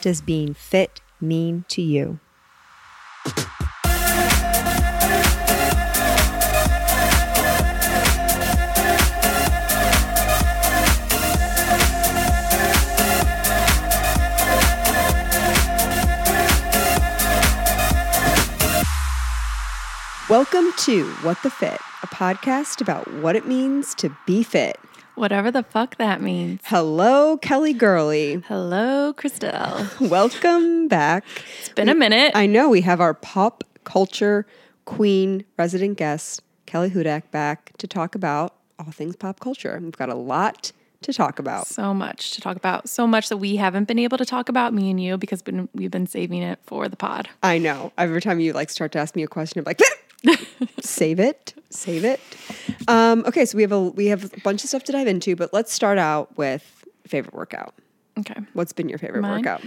does being fit mean to you? Welcome to What the Fit, a podcast about what it means to be fit. Whatever the fuck that means. Hello, Kelly Gurley. Hello, Christelle. Welcome back. It's been a minute. I know we have our pop culture queen resident guest, Kelly Hudak, back to talk about all things pop culture. We've got a lot to talk about. so much to talk about. So much that we haven't been able to talk about, me and you, because been, we've been saving it for the pod. I know. Every time you like start to ask me a question, I'm like, save it, save it. Um, okay, so we have a we have a bunch of stuff to dive into, but let's start out with favorite workout. Okay. What's been your favorite Mine? workout?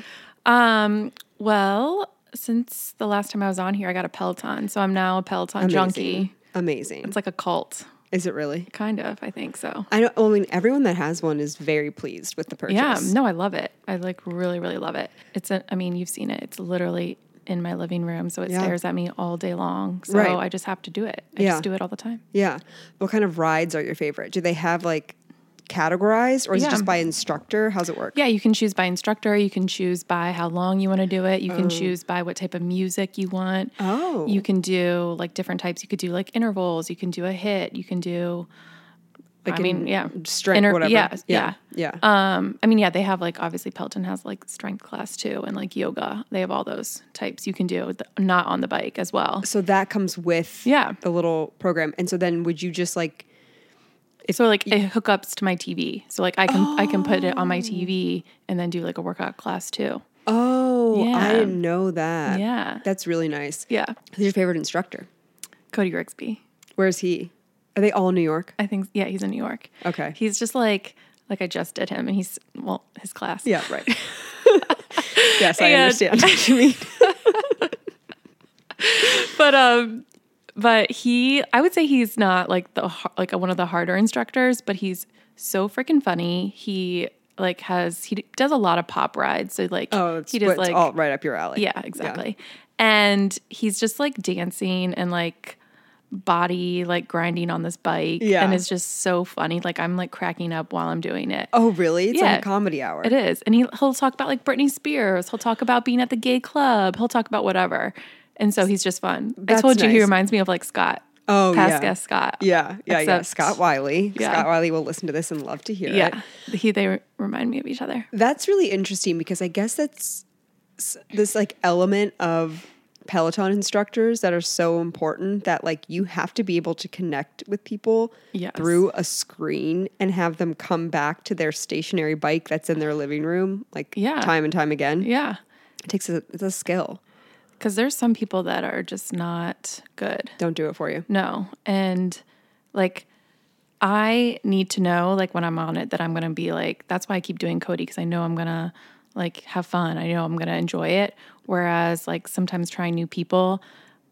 Um, well, since the last time I was on here, I got a Peloton. So I'm now a Peloton junkie. Amazing. It's like a cult, Is it really? kind of, I think so. I don't. I mean, everyone that has one is very pleased with the purchase. Yeah. No, I love it. I like really, really love it. It's a, I mean, you've seen it. It's literally in my living room. So it Yeah. stares at me all day long. So Right. I just have to do it. I Yeah. just do it all the time. Yeah. What kind of rides are your favorite? Do they have like categorized or is it Yeah. just by instructor? How's it work? Yeah, you can choose by instructor. You can choose by how long you want to do it. You can choose by what type of music you want. Oh. You can do like different types. You could do like intervals. You can do a hit. You can do. Like I mean, in yeah, strength, Inter- whatever. Yeah, Yeah, yeah, yeah. Um, I mean, yeah, they have like obviously Pelton has like strength class too, and like yoga. They have all those types you can do, th- not on the bike as well. so that comes with Yeah. the little program. And so then would you just like so like it hookups to my TV, so like I can I can put it on my TV and then do like a workout class too. Oh, I Yeah. didn't know that. Yeah. That's really nice. Yeah, Who's your favorite instructor? Cody Rixby. Where's he? Are they all New York? I think yeah, he's in New York. Okay. He's just like like I just did him and he's well, his class. yeah, right. yes, I And- understand what you mean. But um but he I would say he's not like the har- like one of the harder instructors, but he's so freaking funny. He like has he d- does a lot of pop rides. So like Oh, it's, he what's does like all right up your alley. Yeah, exactly. And he's just like dancing and like body like grinding on this bike Yeah. and it's just so funny like i'm like cracking up while i'm doing it Oh, really? It's like Yeah. a comedy hour. It is. And he, he'll talk about like Britney Spears. He'll talk about being at the gay club. He'll talk about whatever. And so he's just fun. That's I told you he nice. reminds me of like Scott. Oh, past yeah. guest Scott. Yeah, yeah, yeah. Except- Scott Wiley. Yeah. Scott Wiley will listen to this and love to hear it. Yeah. He, they re- remind me of each other. That's really interesting because I guess that's s- this like element of Peloton instructors that are so important that like you have to be able to connect with people Yes. through a screen and have them come back to their stationary bike that's in their living room like Yeah. time and time again. Yeah. It takes a, it's a skill. Cause there's some people that are just not good. Don't do it for you. No. And like, I need to know, like, when I'm on it, that I'm going to be like, that's why I keep doing Cody because I know I'm going to like have fun. I know I'm going to enjoy it. Whereas, like, sometimes trying new people,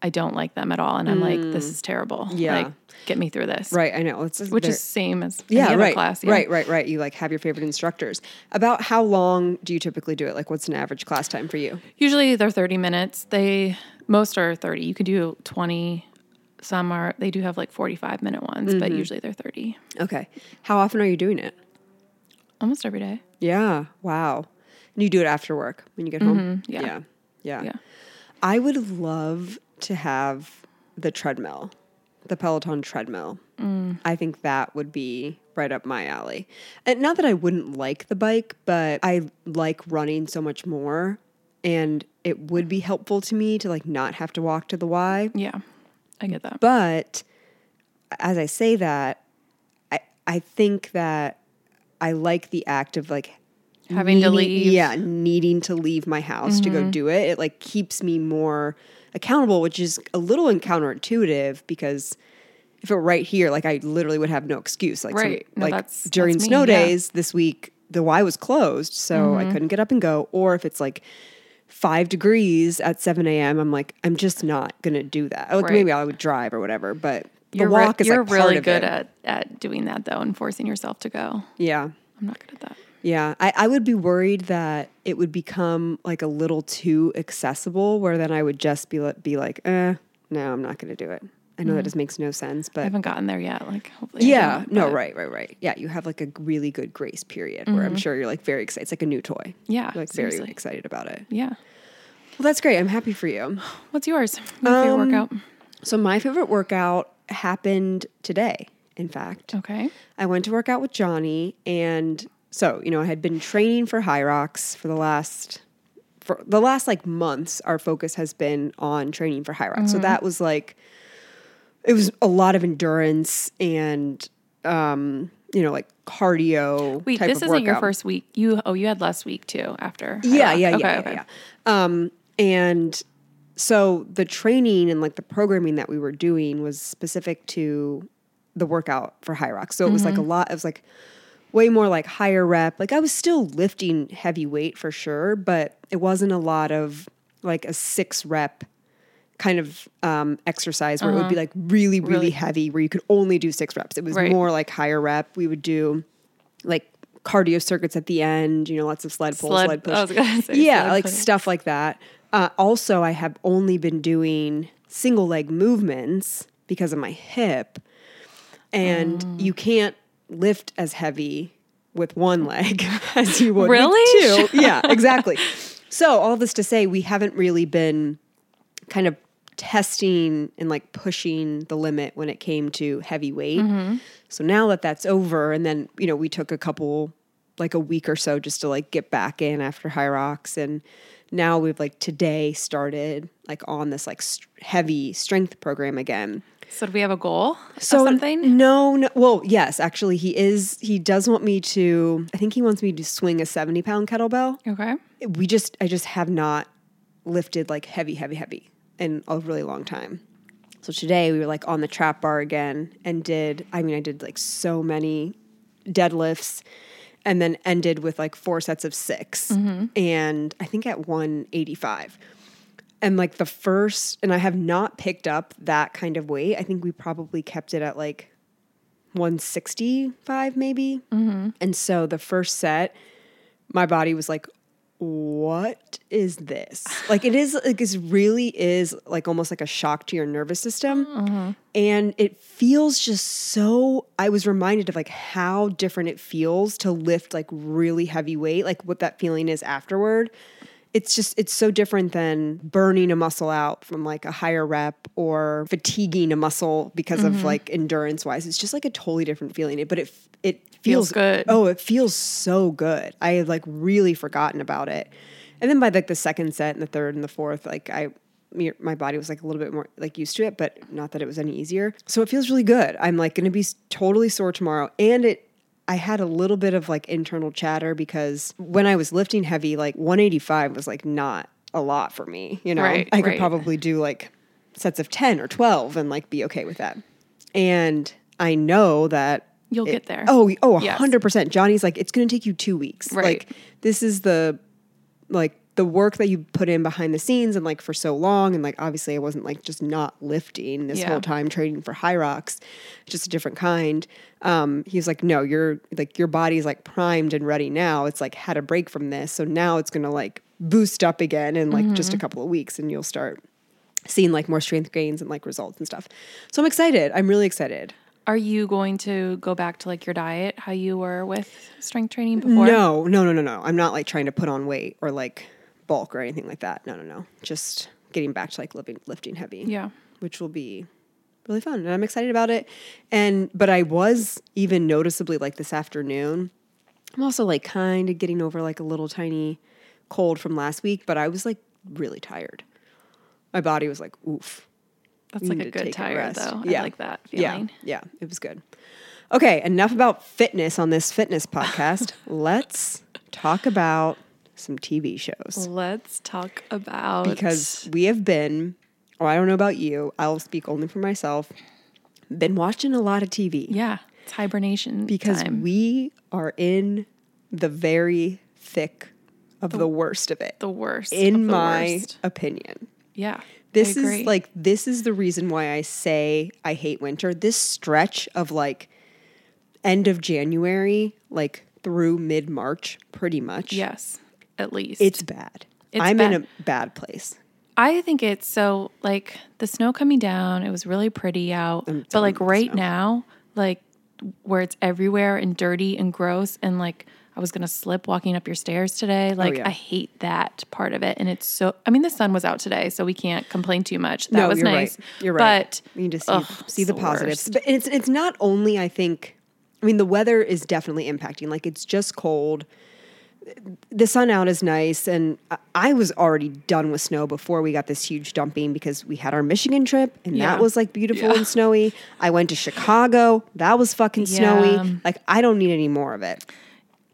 I don't like them at all. And I'm like, this is terrible. Mm. Yeah. Like, get me through this. Right, I know. It's just Which they're- is same as yeah, any other right, class. right, right, right. You like have your favorite instructors. About how long do you typically do it? Like, what's an average class time for you? Usually they're 30 minutes. They most are 30. You could do 20. Some are, they do have like 45 minute ones, but Mm-hmm. usually they're 30 Okay, how often are you doing it? almost every day. Yeah. Wow. And you do it after work when you get home. Yeah. yeah. Yeah. Yeah. I would love to have the treadmill, the Peloton treadmill. I think that would be right up my alley. And not that I wouldn't like the bike, but I like running so much more. And it would be helpful to me to like not have to walk to the Y. Yeah. I get that. But as I say that, I I think that I like the act of like Having to needing- leave. Mm-hmm. Yeah, needing to leave my house to go do it. It like keeps me more accountable, which is a little counterintuitive because if it were right here, like I literally would have no excuse. Like, some- Right. No, like that's- during that's me, snow yeah. Mm-hmm. days this week, the Y was closed, so I couldn't get up and go. Or if it's like five degrees at 7 a.m., I'm like, I'm just not gonna do that. Like Right. maybe I would drive or whatever, but the you're re- walk is you're like part really of it. good at at doing that though and forcing yourself to go. yeah. I'm not good at that. Yeah, I, I would be worried that it would become like a little too accessible, where then I would just be li- be like, eh, no, I'm not going to do it. I know that just makes no sense, Mm-hmm. I but haven't gotten there yet. Like hopefully. I yeah, don't, no, but- right, right, right. Yeah, you have like a really good grace period where I'm sure you're like very excited. It's like a new toy. Mm-hmm. Yeah. You're, like very seriously. excited about it. Yeah. Well, that's great. I'm happy for you. What's yours? What's Um, your workout? So my favorite workout happened today. In fact, Okay. I went to work out with Johnny, and so you know, I had been training for High Rocks for the last for the last like months. Our focus has been on training for High Rocks, Mm-hmm. so that was like it was a lot of endurance and um, you know, like cardio. Wait, type this of isn't your workout. first week. You oh, you had last week too. After. High Yeah, Rock. yeah, yeah, Okay, yeah, okay. yeah. Um, and so the training and like the programming that we were doing was specific to the workout for High Rock. So it was like a Mm-hmm. lot. It was like way more like higher rep. Like I was still lifting heavy weight for sure, but it wasn't a lot of like a six rep kind of um, exercise where it would be like really, really, Uh-huh. Really- heavy where you could only do six reps. It was Right. more like higher rep. We would do like cardio circuits at the end, you know, lots of sled pulls, Sled- sled, oh, push. I was gonna say yeah, sled like push. stuff like that. Uh, also, I have only been doing single leg movements because of my hip, and you can't lift as heavy with one leg as you would Really? with two. yeah, exactly. So all this to say, we haven't really been kind of testing and like pushing the limit when it came to heavy weight. So now that that's over, and then you know we took a couple like a week or so just to like get back in after high rocks and now we've like today started like on this like st- heavy strength program again So do we have a goal? so or something. no no well yes actually he is he does want me to i think he wants me to swing a 70 pound kettlebell Okay. we just I just have not lifted like heavy, heavy, heavy in a really long time. So today we were like on the trap bar again and did I mean I did like so many deadlifts and then ended with like four sets of 6 and I think at 185. And like the first and I have not picked up that kind of weight. I think we probably kept it at like 165 maybe. And so the first set my body was like what is this like it is like this really is like almost like a shock to your nervous system and it feels just so i was reminded of like how different it feels to lift like really heavy weight like what that feeling is afterward it's just it's so different than burning a muscle out from like a higher rep or fatiguing a muscle because of like endurance wise it's just like a totally different feeling it but it f- it Feels feels good. Oh, it feels so good. I had like really forgotten about it. And then by like the second set and the third and the fourth, like I me- my body was like a little bit more like used to it, but not that it was any easier. So it feels really good. I'm like going to be s- totally sore tomorrow and it I had a little bit of like internal chatter because when I was lifting heavy, like 185 was like not a lot for me, you know. Right, I could right. probably do like sets of 10 or 12 and like be okay with that. And I know that You'll it- get there. Oh, oh, Yes. 100%. Johnny's like, it's going to take you two weeks. Right. Like, this is the, like, the work that you put in behind the scenes and, like, for so long. And, like, obviously, I wasn't, like, just not lifting this Yeah. whole time training for high rocks, just a different kind. Um, he was like, no, you're, like, your body's, like, primed and ready now. It's, like, had a break from this. So now it's going to, like, boost up again in, like, Mm-hmm. just a couple of weeks and you'll start seeing, like, more strength gains and, like, results and stuff. So I'm excited. I'm really excited. Are you going to go back to like your diet, how you were with strength training before? No, no, no, no, no. I'm not like trying to put on weight or like bulk or anything like that. No, no, no. Just getting back to like lifting, lifting heavy. Yeah. Which will be really fun. And I'm excited about it. And, but I was even noticeably like this afternoon. I'm also like kind of getting over like a little tiny cold from last week, but I was like really tired. My body was like, oof. That's You like need a to good take a tire rest. though. I Yeah. like that feeling. Yeah, yeah, it was good. Okay, enough about fitness on this fitness podcast. Let's talk about some TV shows Let's talk about because we have been, oh, I don't know about you, I'll speak only for myself, been watching a lot of TV yeah, it's hibernation because time. we are in the very thick of the, worst of it, the worst of in the my worst. opinion. yeah. I This is agree. like this is the reason why I say I hate winter. This stretch of like end of January, like through mid March, pretty much. yes, at least It's bad. It's I'm in bad. a bad place. I think it's so like the snow coming down, it was really pretty out. but like right now, like where it's everywhere and dirty and gross and like I was gonna slip walking up your stairs today. Like Oh, yeah. I hate that part of it. And it's so I mean the sun was out today, so we can't complain too much. That no, was you're nice. right. You're right. But you need to see, ugh, see it's the, the positives. worst. But it's it's not only I think I mean the weather is definitely impacting. Like it's just cold. The sun out is nice, and I- I was already done with snow before we got this huge dumping because we had our Michigan trip, and Yeah. that was like beautiful Yeah. and snowy. I went to Chicago, that was fucking Yeah. snowy. Like I don't need any more of it.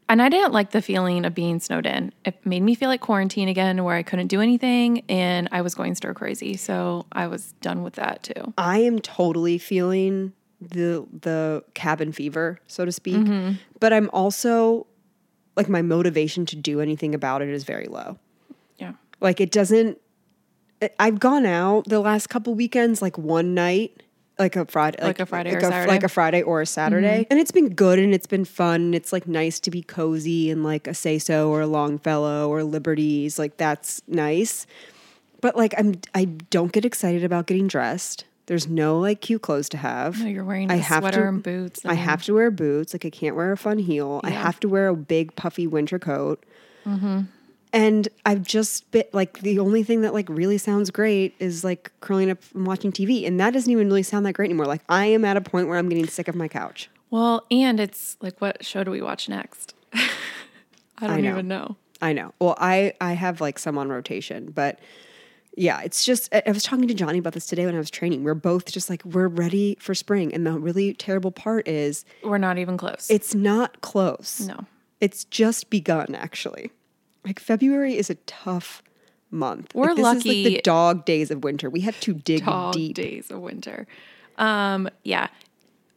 And I didn't like the feeling of being snowed in. It made me feel like quarantine again, where I couldn't do anything and I was going stir crazy. So I was done with that too. I am totally feeling the the cabin fever, so to speak. But I'm also like my motivation to do anything about it is very low. Yeah. Like it doesn't I- I've gone out the last couple weekends like one night like a Friday like, a Friday or like Saturday? Mm-hmm. like a Friday or a Saturday. And it's been good and it's been fun. and It's like nice to be cozy and like a say so or a Longfellow or Liberties. Like that's nice. But like I'm I don't get excited about getting dressed. There's no like cute clothes to have. No, you're wearing I a have sweater to- and boots. I and- have to wear boots. Like I can't wear a fun heel. I Yeah. Mm-hmm. have to wear a big puffy winter coat. And I've just been like the only thing that like really sounds great is like curling up and watching TV, and that doesn't even really sound that great anymore. Like I am at a point where I'm getting sick of my couch. Well, and it's like, what show do we watch next? I don't know. even know. I know. Well, I I have like some on rotation, but yeah, it's just I I was talking to Johnny about this today when I was training. We're both just like we're ready for spring, and the really terrible part is We're not even close. it's not close. no. It's just begun, actually. Like February is a tough month. We're like, this Is like lucky- the dog days of winter. We had to dig Dog deep. days of winter. Um, yeah.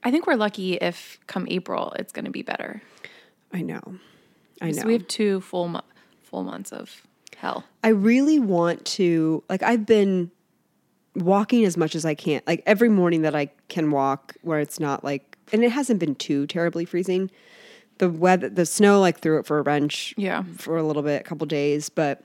I think we're lucky if come April it's going to be better. I know. I know. So we have two full mo- full months of hell. I really want to. Like I've been walking as much as I can. Like every morning that I can walk, where it's not like, and it hasn't been too terribly freezing. The weather, the snow, like threw it for a wrench. Yeah. for a little bit, a couple days, but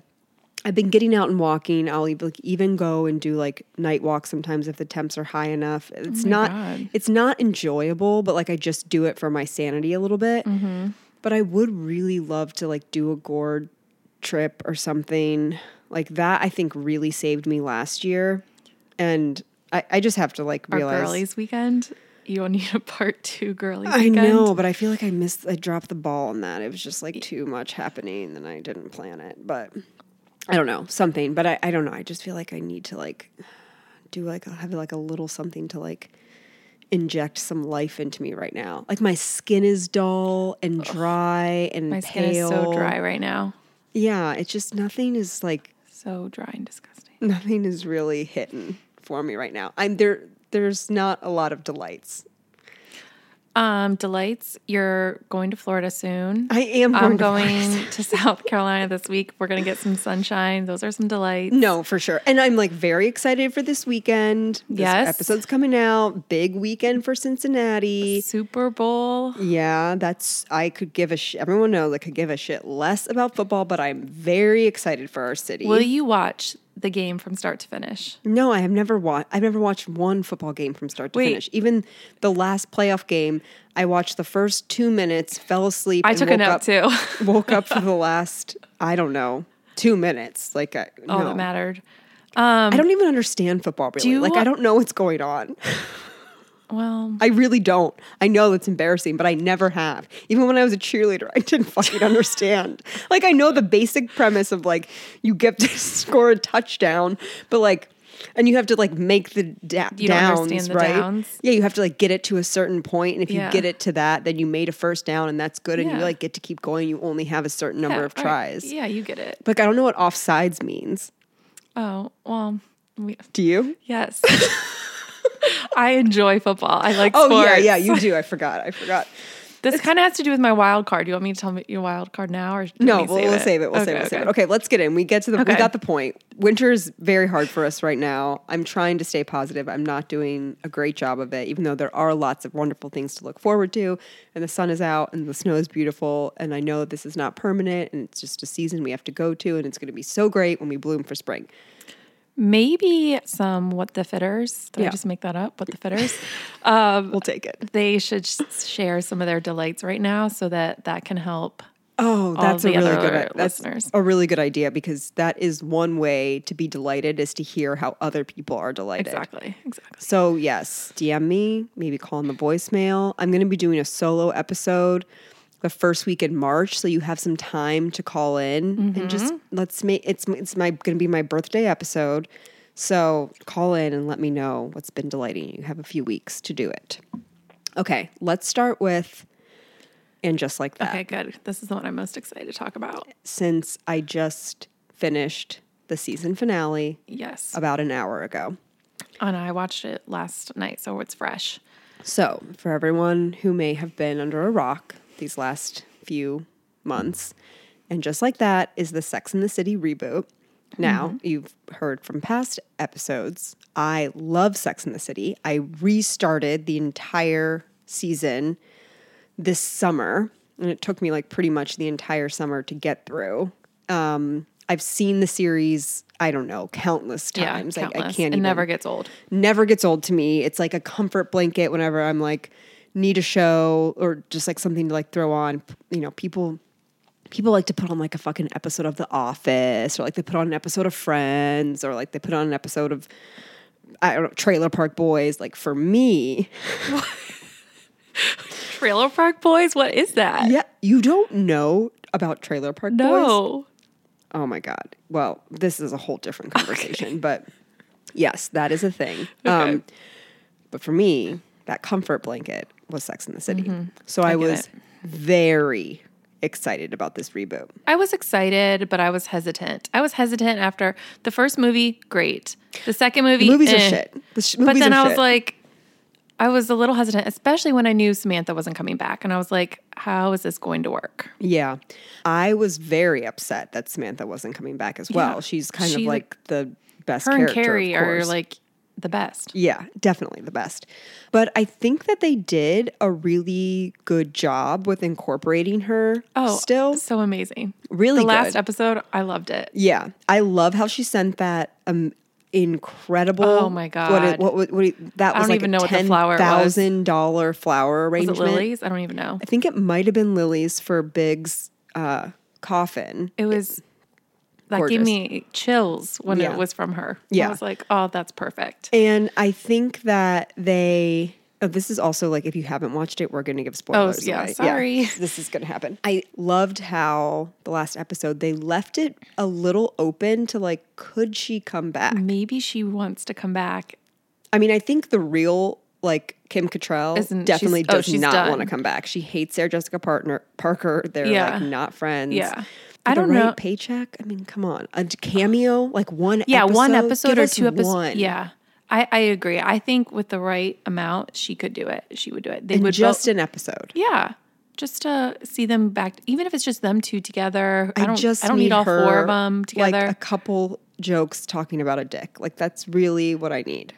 I've been getting out and walking. I'll even, like, even go and do like night walks sometimes if the temps are high enough. It's not Oh God. it's not enjoyable, but like I just do it for my sanity a little bit. Mm-hmm. But I would really love to like do a gourd trip or something like that. I think really saved me last year, and I, I just have to like Our realize. girlies weekend. You'll need a part two girlies I weekend. know, but I feel like I missed. I dropped the ball on that. It was just like too much happening, and I didn't plan it. But I don't know something. But I, I don't know. I just feel like I need to like do like have like a little something to like inject some life into me right now. Like my skin is dull and dry and My skin pale. is so dry right now. Yeah, it's just nothing is like So dry and disgusting. nothing is really hitting for me right now. I'm there. There's not a lot of delights. Um, delights, you're going to Florida soon. I am. to I'm Florida going to South Carolina this week. We're going to get some sunshine. Those are some delights. No, for sure. And I'm like very excited for this weekend. This Yes. Episode's coming out. Big weekend for Cincinnati. Super Bowl. Yeah, that's I could give a sh- everyone knows I could give a shit less about football, but I'm very excited for our city. Will you watch the game from start to finish? no, I have never watched I've never watched one football game from start to Wait. finish. Even the last playoff game, I watched the first 2 minutes, fell asleep I and took a woke note up, too. woke up for the last I don't know, 2 minutes. Like I, All no. that mattered. I don't even understand football really. Um, you- like I don't know what's going on. Well, I really don't. I know that's embarrassing, but I never have. Even when I was a cheerleader, I didn't fucking understand. Like I know the basic premise of like you get to score a touchdown, but like And you have to like make the da- You don't downs, understand the right? downs. Yeah, you have to like get it to a certain point, and if Yeah. you get it to that, then you made a first down, and that's good, and you Yeah. like get to keep going. You only have a certain number Yeah, of all right. tries. Yeah, you get it. Like I don't know what offsides means. Oh, well, we, Do you? yes. I enjoy football. I like Oh sports. yeah, yeah, you do. I forgot. I forgot. This kind of has to do with my wild card. You want me to tell me your wild card now, or do No, we we'll, we'll save it. We'll save it. We'll save it. Okay, let's get in. We get to the. Okay. We got the point. Winter is very hard for us right now. I'm trying to stay positive. I'm not doing a great job of it, even though there are lots of wonderful things to look forward to, and the sun is out, and the snow is beautiful, and I know this is not permanent, and it's just a season we have to go to, and it's going to be so great when we bloom for spring. Maybe some what the fitters. Did Yeah. I just make that up? What the fitters? um, We'll take it. they should sh- share some of their delights right now, so that that can help. Oh, that's a the really other good that's listeners. a really good idea because that is one way to be delighted is to hear how other people are delighted. Exactly. Exactly. So yes, DM me, maybe call in the voicemail. I'm going to be doing a solo episode the first week in March, so you have some time to call in and just let's make it's it's my going to be my birthday episode. So call in and let me know what's been delighting you. You have a few weeks to do it. Okay, let's start with and just like that Okay. Good. This is the one I'm most excited to talk about. since I just finished the season finale Yes. about an hour ago. And I watched it last night, so it's fresh. So, for everyone who may have been under a rock these last few months, and just like that is the Sex in the City reboot. Mm-hmm. Now, you've heard from past episodes, I love Sex in the City. I restarted the entire season this summer, and it took me like pretty much the entire summer to get through. Um, I've seen the series, I don't know, countless Yeah. times. Like, I countless. can't It even never gets old. never gets old to me. It's like a comfort blanket whenever I'm like need a show or just like something to like throw on. You know, people people like to put on like a fucking episode of The Office or like they put on an episode of Friends or like they put on an episode of I don't know, Trailer Park Boys. Like for me, Trailer Park Boys. What is that? yeah, you don't know about Trailer Park Boys. No. Oh my God. Well, this is a whole different conversation, but yes, that is a thing. Um, but for me, that comfort blanket was Sex in the City. So I, Mm-hmm. get was it. very excited about this reboot. I was excited, but I was hesitant. I was hesitant after the first movie, great. The second movie, The movies are eh. shit. The sh- But movies then are I was shit. like, I was a little hesitant, especially when I knew Samantha wasn't coming back. And I was like, how is this going to work? yeah, I was very upset that Samantha wasn't coming back as well. Yeah. She's kind of She, like the best Her and character. of Carrie are course. like the best. Yeah, definitely the best. But I think that they did a really good job with incorporating her Oh, still. so amazing. Really the last good. episode, I loved it. Yeah, I love how she sent that um, incredible. Oh my What? It, God. what? What? what it- that I was don't like even a know what the ten flower was. thousand dollar flower Was it arrangement. Lily's? I don't even know. I think it might have been Lily's for Big's uh, coffin. It was that gorgeous. gave me chills when Yeah. it was from her. Yeah. I was like, oh, that's perfect. And I think that they. Oh, this is also like if you haven't watched it, we're going to give spoilers. Oh, yeah, away. sorry. this is going to happen. I loved how the last episode they left it a little open to like, could she come back? Maybe she wants to come back I mean, I think the real like Kim Cattrall Isn't- definitely she's- oh, does she's not done. want to come back. She hates Sarah Jessica Partner Parker. They're Yeah. like not friends. Yeah. For I the don't right know- Paycheck. I mean, come on, a cameo like one. yeah episode? one episode Give or us two episodes one. yeah I, I agree i think with the right amount she could do it she would do it they And would just both, an episode. yeah just to see them back even if it's just them two together i don't just i don't need all her, four of them together Like a couple jokes talking about a dick. Like that's really what I need.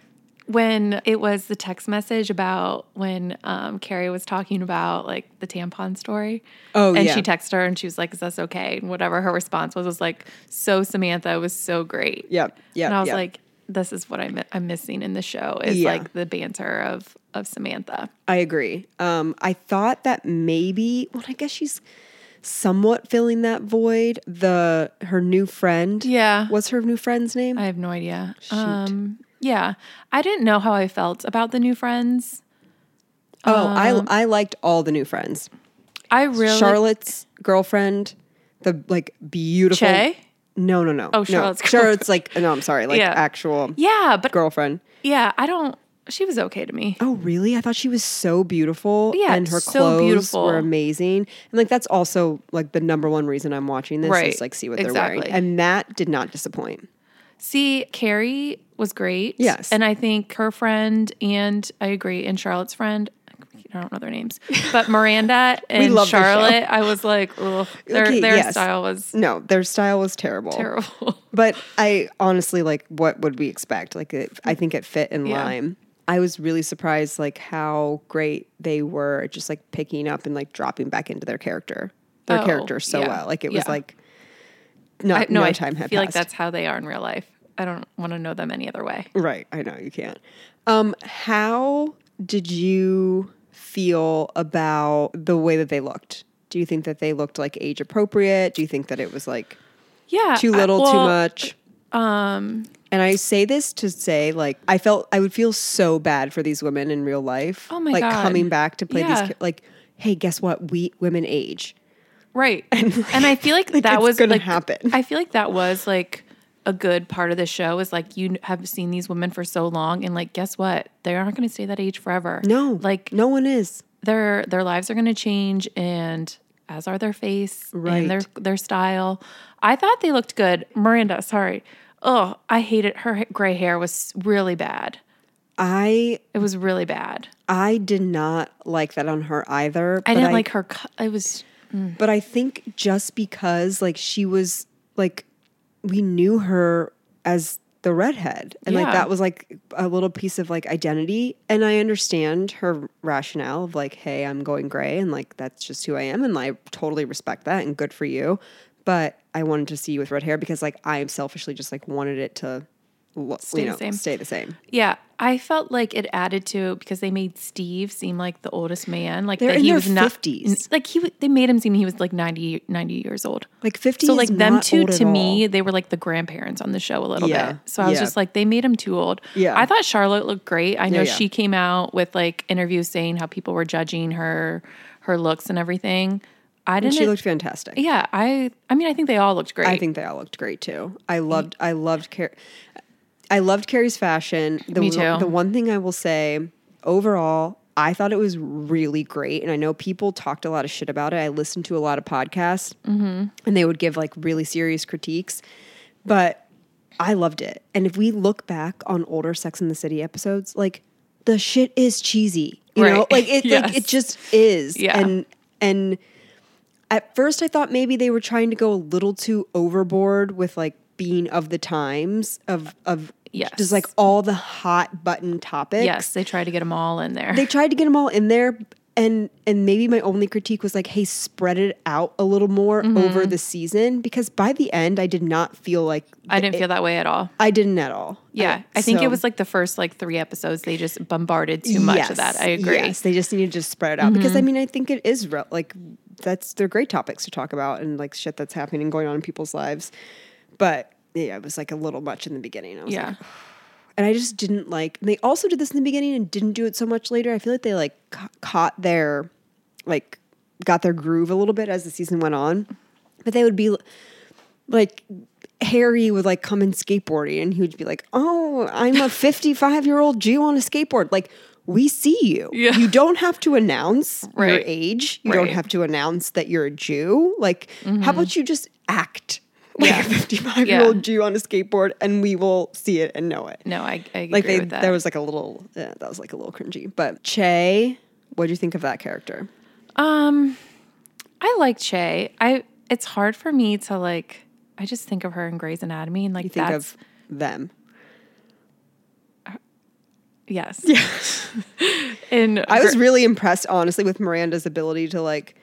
when it was the text message about when um, carrie was talking about like the tampon story Oh, and yeah. she texted her and she was like is this okay and whatever her response was was like so samantha it was so great Yep. Yep. and I was yep. like, this is what I'm, I'm missing in the show is Yeah. like the banter of of Samantha. I agree. Um, I thought that maybe, well, I guess she's somewhat filling that void. The her new friend, Yeah. what's her new friend's name? I have no idea. Um, yeah, I didn't know how I felt about the new friends. oh, I I liked all the new friends. I really Charlotte's girlfriend, the like beautiful Che? No, no, no. Oh, no. Charlotte's Charlotte's like no. I'm sorry, like Yeah. actual Yeah, but girlfriend. yeah, I don't. She was okay to me. Oh, really? I thought she was so beautiful. Yeah, and her so clothes beautiful. were amazing. And like that's also like the number one reason I'm watching this Right. is like see what they're Exactly. wearing, and that did not disappoint. See, Carrie was great. Yes. And I think her friend and I agree, and Charlotte's friend. I don't know their names, but Miranda and love the show. Charlotte. I was like, ugh, their Okay, their yes. style was No, their style was terrible. terrible. But I honestly like what would we expect? Like it, I think it fit in Yeah. line. I was really surprised like how great they were at just like picking up and like dropping back into their character. Their Oh, character so yeah. well. Like it was Yeah. like not, I, no, no I time had feel like passed. that's how they are in real life. I don't want to know them any other way. Right. I know you can't. Um, how did you feel about the way that they looked? Do you think that they looked like age appropriate? Do you think that it was like Yeah, too I- little, too Uh, well, much? Um, And I say this to say, like, I felt I would feel so bad for these women in real life. Oh my like God. coming back to play Yeah. these, ki- like, hey, guess what? We women age. right. And, I feel like, that it's was gonna like, happen. I feel like that was like a good part of the show is like you have seen these women for so long, and like guess what? They aren't going to stay that age forever. No, like no one is. their their lives are going to change, and as are their face Right. and their their style. I thought they looked good. Miranda, sorry. Oh, I hated her gray hair was really bad. I It was really bad. I did not like that on her either. I but didn't like her. co- I was But I think just because like she was like we knew her as the redhead and like Yeah. that was like a little piece of like identity and I understand her rationale of like hey I'm going gray and like that's just who I am and I totally respect that and good for you but I wanted to see you with red hair because like I selfishly just like wanted it to lo- Stay you the know same. stay the same Yeah, I felt like it added to because they made Steve seem like the oldest man, like They're that in he their was not 50s. like he w- they made him seem he was like 90, 90 years old. like 50 So is like them not two old at to all. me, they were like the grandparents on the show a little Yeah, bit. So I was yeah. just like they made him too old. Yeah. I thought Charlotte looked great. I know yeah. she came out with like interviews saying how people were judging her her looks and everything. I didn't she looked fantastic Yeah, I I mean I think they all looked great. Mm. I think they all looked great too. I loved I loved Car- I loved Carrie's fashion. The, Me one- too. The one thing I will say overall, I thought it was really great, and I know people talked a lot of shit about it. I listened to a lot of podcasts, Mm-hmm. and they would give like really serious critiques, but I loved it. And if we look back on older Sex in the City episodes, like the shit is cheesy, you know, Right. like it like Yes. it just is, Yeah. and and at first I thought maybe they were trying to go a little too overboard with like being of the times of of Yes. just like all the hot button topics. yes, they tried to get them all in there. They tried to get them all in there and and maybe my only critique was like hey spread it out a little more Mm-hmm. over the season because by the end I did not feel like I didn't feel that way at all. I didn't at all. Yeah, I, think so- it was like the first like three episodes. They just bombarded too much of that. I agree. Mm-hmm. Yes, they just need to just spread it out because I mean I think it is re- like that's they're great topics to talk about and like shit that's happening and going on in people's lives, but yeah, it was like a little much in the beginning. I was Yeah, like, and I just didn't like. And they also did this in the beginning and didn't do it so much later. I feel like they like ca- caught their like got their groove a little bit as the season went on, but they would be like. Harry would like come in skateboarding and he would be like, Oh, I'm a 55 year old Jew on a skateboard. Like, we see you. Yeah. You don't have to announce your Right. age. You don't Right. Mm-hmm. have to announce that you're a Jew. Like, how about you just act like a 55 year old Yeah. Jew on a skateboard and we will see it and know it no, I, I like agree they, with that. there was like a little uh, that was like a little cringy but che what do you think of that character um, I like Che. I it's hard for me to like. I just think of her in Grey's Anatomy and like you think that's of them yes. Yeah. and i was Gre- really impressed honestly with miranda's ability to like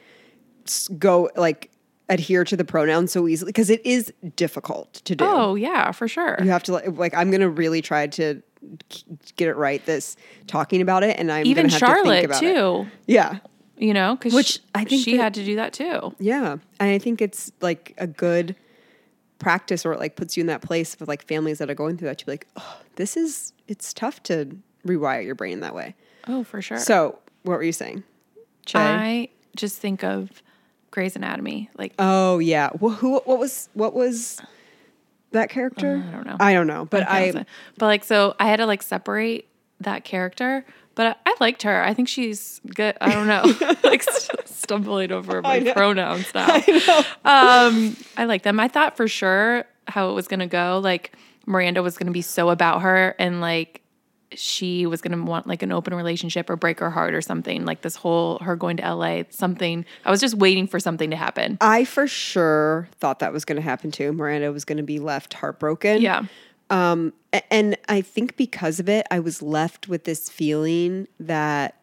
s- go like adhere to the pronoun so easily because it is difficult to do oh yeah for sure. you have to like, like i'm gonna really try to k- get it right this talking about it and i'm Even gonna have to think Charlotte about it. too. yeah You know, because Which I think she that- had to do that too. Yeah. And I think it's like a good practice or it like puts you in that place of like families that are going through that to be like, oh, this is, it's tough to rewire your brain that way. Oh, for sure. So what were you saying? Che? I just think of Grey's Anatomy. Like oh yeah. Well, who, what was, what was that character? Uh, I don't know. I don't know, but I, That was it. but like so I had to like separate that character. But I, I liked her. I think she's good. I don't know, like st- stumbling over my know. pronouns now. I Um, I like them. I thought for sure how it was gonna go. Like Miranda was gonna be so about her, and like she was gonna want like an open relationship or break her heart or something. Like this whole her going to LA, something. I was just waiting for something to happen. I for sure thought that was going to happen too. Miranda was going to be left heartbroken. Yeah, Um, a- and I think because of it, I was left with this feeling that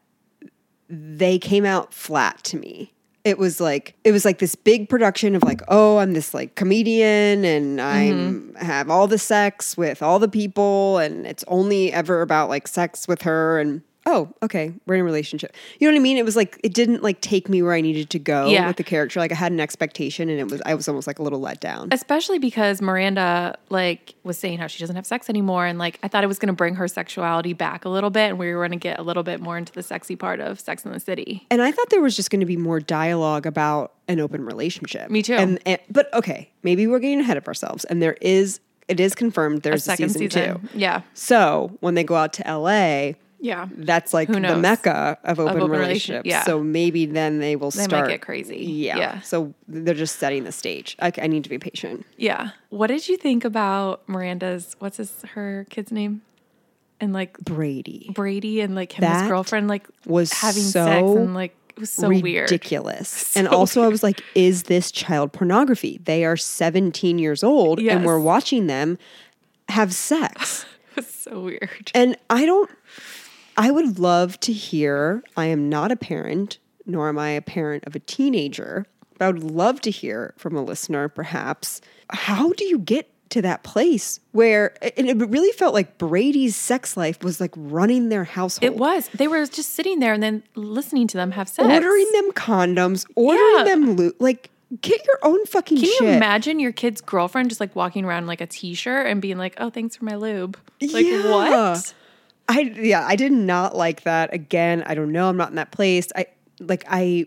they came out flat to me. It was like it was like this big production of like, oh, I'm this like comedian and I'm have all the sex with all the people and it's only ever about like sex with her and oh, okay, we're in a relationship. You know what I mean? It was like it didn't like take me where I needed to go Yeah. with the character. Like I had an expectation and it was I was almost like a little let down. especially because Miranda like was saying how she doesn't have sex anymore, and like I thought it was gonna bring her sexuality back a little bit, and we were gonna get a little bit more into the sexy part of Sex in the City. And I thought there was just going to be more dialogue about an open relationship. Me too. And, and but okay, maybe we're getting ahead of ourselves. And there is, it is confirmed there's a, Second season, season, two. yeah, So when they go out to LA, yeah. that's like the knows? mecca of open, open relationships. relationship, yeah. So maybe then they will They might start get crazy. Yeah. Yeah. So they're just setting the stage. I, I need to be patient. Yeah. What did you think about Miranda's what's his her kid's name? And like Brady Brady and like him That his girlfriend like was having so sex and like it was so weird. ridiculous. and also, I was like, is this child pornography? They are 17 years old Yes. and we're watching them have sex. It was so weird. and I don't, I would love to hear, I am not a parent, nor am I a parent of a teenager, but I would love to hear from a listener, perhaps, how do you get to that place where and it really felt like Brady's sex life was like running their household It was. They were just sitting there and then listening to them have sex. ordering them condoms, ordering Yeah. them loot. Like, get your own fucking Can you shit. imagine your kid's girlfriend just like walking around in, like a t-shirt and being like, "Oh, thanks for my lube." Like Yeah. what? I yeah, I did not like that. Again, I don't know. I'm not in that place. I like I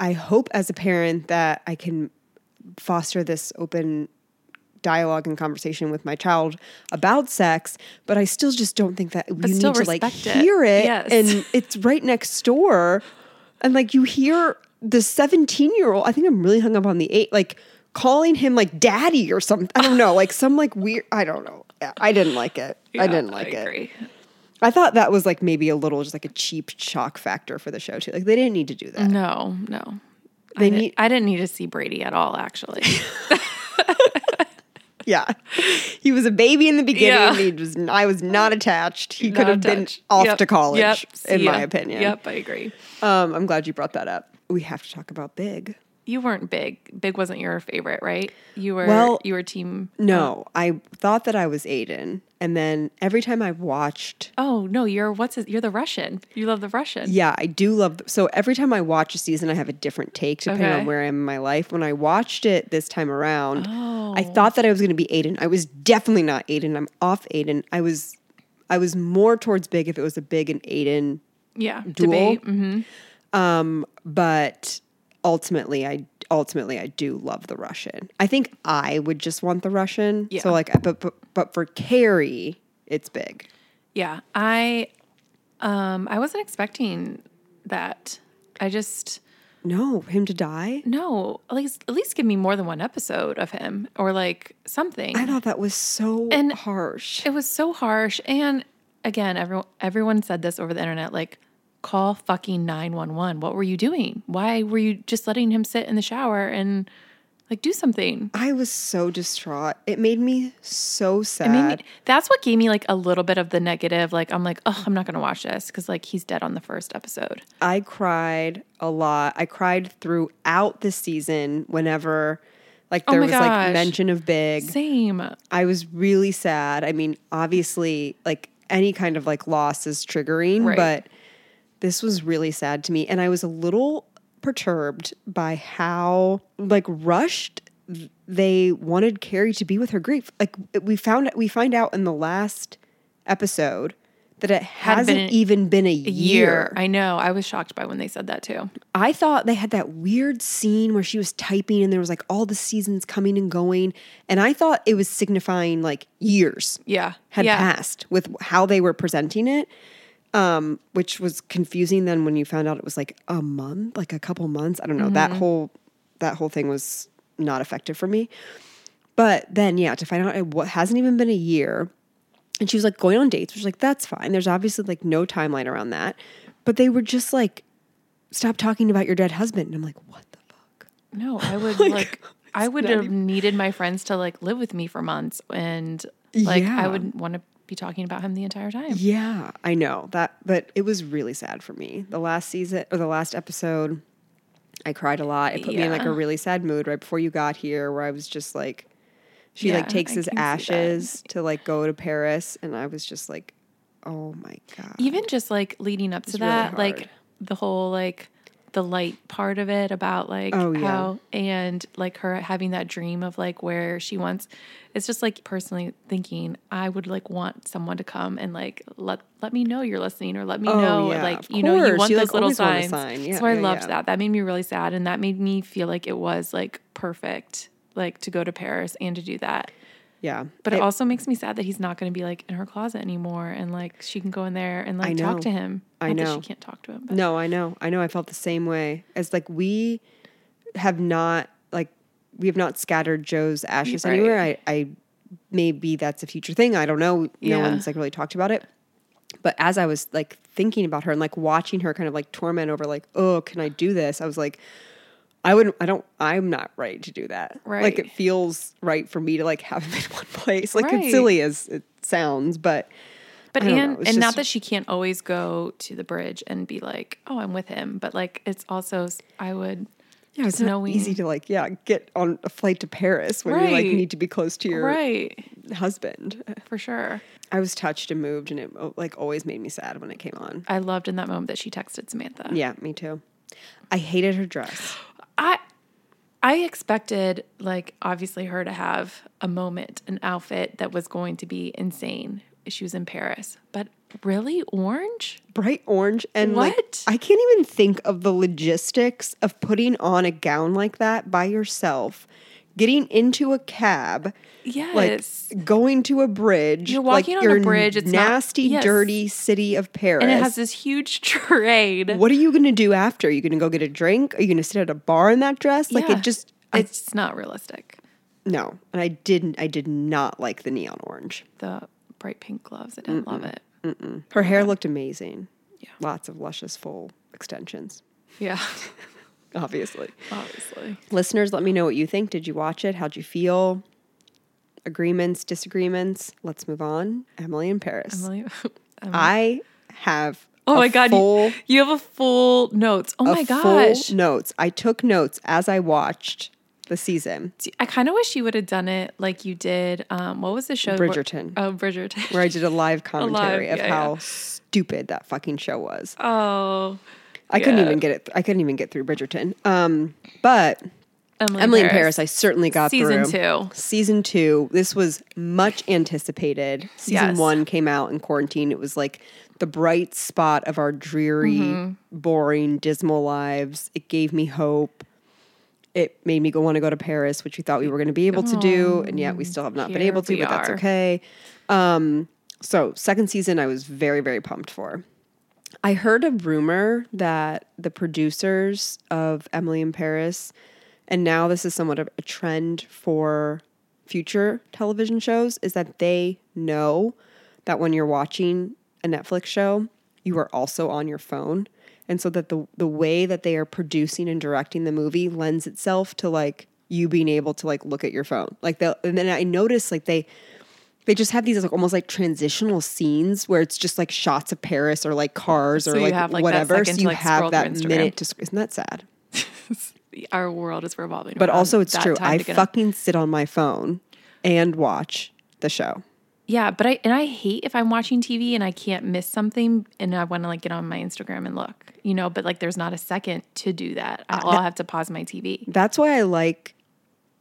I hope as a parent that I can foster this open dialogue and conversation with my child about sex, but I still just don't think that you still need to like respect it. hear it. Yes. And it's right next door. And like you hear the 17 year old, I think I'm really hung up on the eight, like calling him like daddy or something. I don't know, like some like weird, I don't know. Yeah, I didn't like it. I Yeah, didn't like it. agree. I thought that was like maybe a little just like a cheap shock factor for the show too. Like they didn't need to do that. No, no. They Mm, I, didn't- need- I didn't need to see Brady at all actually. Yeah. He was a baby in the beginning. Yeah. He was I was not attached. He could Not have been touch. off Yep, to college yep, in see my ya. opinion. Yep, I agree. Um I'm glad you brought that up. We have to talk about Big. You weren't big. Big wasn't your favorite, right? You were Well- you were team No, I thought that I was Aiden and then every time I watched Oh no, you're what's his, you're the Russian. You love the Russian. Yeah, I do love. So every time I watch a season, I have a different take depending Okay. on where I am in my life. When I watched it this time around, I Oh. thought that I was going to be Aiden. I was definitely not Aiden. I'm off Aiden. I was, I was more towards Big if it was a Big and Aiden Yeah. duel. Debate. hmm um, but ultimately, I ultimately I do love the Russian. I think I would just want the Russian. Yeah. So like, but but, but for Carrie, it's Big. Yeah. I um I wasn't expecting that. I just No, him to die. no, at least at least give me more than one episode of him or like something. I thought that was so And- harsh. It was so harsh. And again, everyone everyone said this over the internet, like, call fucking nine one one. What were you doing? Why were you just letting him sit in the shower and like do something? I was so distraught. It made me so sad. It made me, that's what gave me like a little bit of the negative. Like I'm like, oh, I'm not gonna watch this because like he's dead on the first episode. I cried a lot. I cried throughout the season whenever like Oh there my was gosh. like mention of Big. Same. I was really sad. I mean, obviously like any kind of like loss is triggering, Right. but this was really sad to me and I was a little perturbed by how like rushed th- they wanted Carrie to be with her grief. Like we found we find out in the last episode that it Had hasn't been even been a A year. year. I know. I was shocked by when they said that too. I thought they had that weird scene where she was typing and there was like all the seasons coming and going. And I thought it was signifying like years Yeah. had yeah. passed with how they were presenting it, um, which was confusing. Then when you found out it was like a month, like a couple months, I don't know. That whole that whole thing was not effective for me. But then, yeah, to find out it wa- hasn't even been a year, and she was like going on dates, which was like that's fine. There's obviously like no timeline around that, but they were just like, stop talking about your dead husband. And I'm like, what the fuck? No, I would Like, like, I would not have needed my friends to like live with me for months and like Yeah. I wouldn't want to be talking about him the entire time. Yeah, I know that, but it was really sad for me. The last season or the last episode, I cried a lot. It put me in like a Yeah. really sad mood right before you got here, where I was just like, she like Yeah, takes I his can see that. ashes to like go to Paris, and I was just like, oh my god, Even just like leading up to really that, hard. like the whole like the light part of it about like Oh, yeah. how and like her having that dream of like where she wants it's just like personally thinking I would like want someone to come and like let let me know you're listening or let me Oh, know yeah, like of you know you course. want You, those like, little always want a signs. sign. Yeah, so I yeah, loved yeah. that. That made me really sad and that made me feel like it was like perfect like to go to Paris and to do that. yeah. But it, also makes me sad that he's not going to be like in her closet anymore, and like she can go in there and I like talk to know. him. I Not that know. she can't talk to him. But No, I know. I know. I felt the same way. As like we have not like we have not scattered Joe's ashes Right. anywhere. I, I maybe that's a future thing. I don't know. No Yeah. one's like really talked about it. But as I was like thinking about her and like watching her kind of like torment over like, oh, can I do this? I was like, I wouldn't. I don't. I'm not right to do that. Like Right. it feels right for me to like have him in one place. Like it's Right. silly as it sounds, but but I don't know. and and It's just- not that she can't always go to the bridge and be like, oh, I'm with him. But like it's also s- I would Yeah, it's just not knowing- easy to like, yeah, get on a flight to Paris when you like Right. need to be close to your right husband. for sure. I was touched and moved, and it oh, like always made me sad when it came on. I loved in that moment that she texted Samantha. Yeah, me too. I hated her dress. I I expected like obviously her to have a moment, an outfit that was going to be insane. She was in Paris, but really orange. Bright orange and like, What? I can't even think of the logistics of putting on a gown like that by yourself, getting into a cab, Yes. like going to a bridge. You're like, walking on a your bridge, it's not- nasty, yes. dirty city of Paris. and it has this huge trade. what are you going to do after? Are you going to go get a drink? Are you going to sit at a bar in that dress? Like Yeah. it just, I, It's just not realistic. no. And I didn't, I did not like the neon orange. The bright pink gloves. I didn't love it. Her hair looked amazing. Yeah. Lots of luscious, full extensions, Yeah, obviously. obviously. Listeners, let me know what you think. Did you watch it? How'd you feel? Agreements, disagreements. Let's move on. Emily in Paris. Emily- Emily- I have. oh a my god, you- Full, you, have a full notes. Oh a my full gosh. Notes. I took notes as I watched the season. Do- I kind of wish you would have done it like you did. Um, what was the show? where- Bridgerton. Oh, Bridgerton. where I did a live commentary of yeah, how yeah. stupid that fucking show was. Oh, I couldn't yeah. even get it. I couldn't even get through Bridgerton. Um, but Emily, Emily in Paris, I certainly got Season through. two. Season two. This was much anticipated. Season Yes. one came out in quarantine. It was like the bright spot of our dreary, Mm-hmm. boring, dismal lives. It gave me hope. It made me go want to go to Paris, which we thought we were going to be able to do, and yet we still have not been Oh, here able to. we But that's are. okay. Um, so second season, I was very very pumped for. I heard a rumor that the producers of Emily in Paris, and now this is somewhat of a trend for future television shows, is that they know that when you're watching a Netflix show, you are also on your phone. And so that the the way that they are producing and directing the movie lends itself to like you being able to like look at your phone. Like the and then I noticed like they they just have these like almost like transitional scenes where it's just like shots of Paris or like cars or So you like, have, like, that whatever. So second to, you like, have scroll that through Instagram. minute to sc- isn't that sad? Our world is revolving. But around also it's that true. time I to get fucking sit on my phone and watch the show. Yeah, but I and I hate if I'm watching TV and I can't miss something and I want to like get on my Instagram and look, you know. But like, there's not a second to do that. I'll have to pause my TV. That's why I like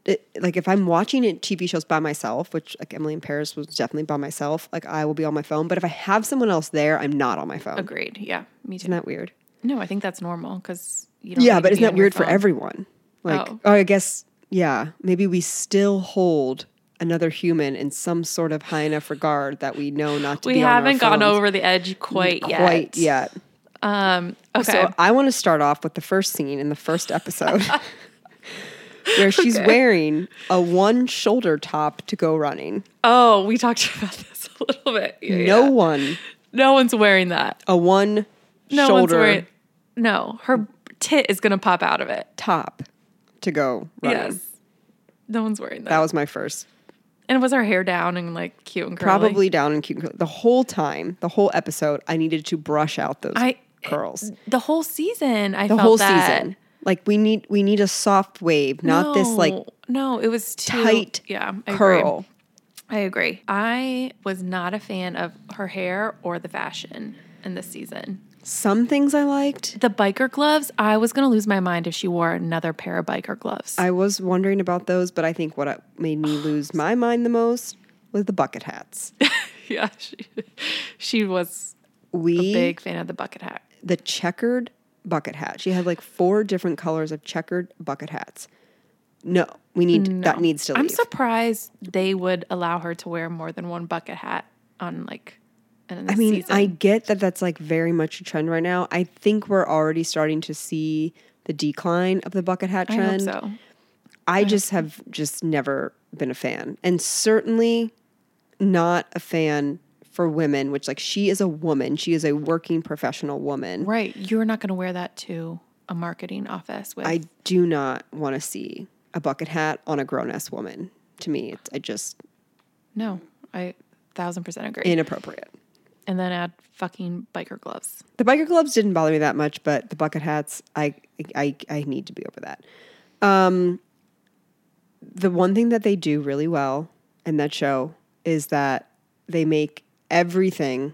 it, like if I'm watching it, TV shows by myself, which like Emily in Paris was definitely by myself, like I will be on my phone. But if I have someone else there, I'm not on my phone. Agreed. Yeah, me too. Isn't that weird? no, I think that's normal because you don't. Yeah, need but to isn't be that on your weird for phone. everyone? Like, Oh. oh. I guess, yeah, maybe we still hold another human in some sort of high enough regard that we know not to We be on our haven't gone phones over the edge quite, yet. quite yet. Um. Okay. So I want to start off with the first scene in the first episode where she's wearing a one shoulder top to go running. oh, we talked about this a little bit. Yeah, No yeah. one, no one's wearing that. a one No one's shoulder wearing. No, her tit is gonna pop out of it. top to go running. Yes. No one's wearing that. That was my first. and was her hair down and like cute and curly? Probably down in cute and curly. The whole time, the whole episode, I needed to brush out those I- curls. the whole season. I The felt whole that. season. Like we need we need a soft wave, not this like No, no. It was too, tight Yeah, I curl. Agree. I agree. I was not a fan of her hair or the fashion in this season. Some things I liked. The biker gloves, I was going to lose my mind if she wore another pair of biker gloves. I was wondering about those, but I think what uh, made me lose my mind the most was the bucket hats. yeah, she, she was We a big fan of the bucket hat. the checkered bucket hat. She had like four different colors of checkered bucket hats. No, we need that needs to leave. I'm surprised they would allow her to wear more than one bucket hat on like in I mean, I get that that's like very much a trend right now. I think we're already starting to see the decline of the bucket hat I hope trend. so. I just have just never been a fan, and certainly not a fan for women. Which, like, she is a woman. She is a working professional woman. Right, you're not going to wear that to a marketing office with I do not want to see a bucket hat on a grown ass woman. To me, it's I just No, I thousand percent agree. inappropriate. and then add fucking biker gloves. The biker gloves didn't bother me that much, but the bucket hats, I I I need to be over that. Um, the one thing that they do really well in that show is that they make everything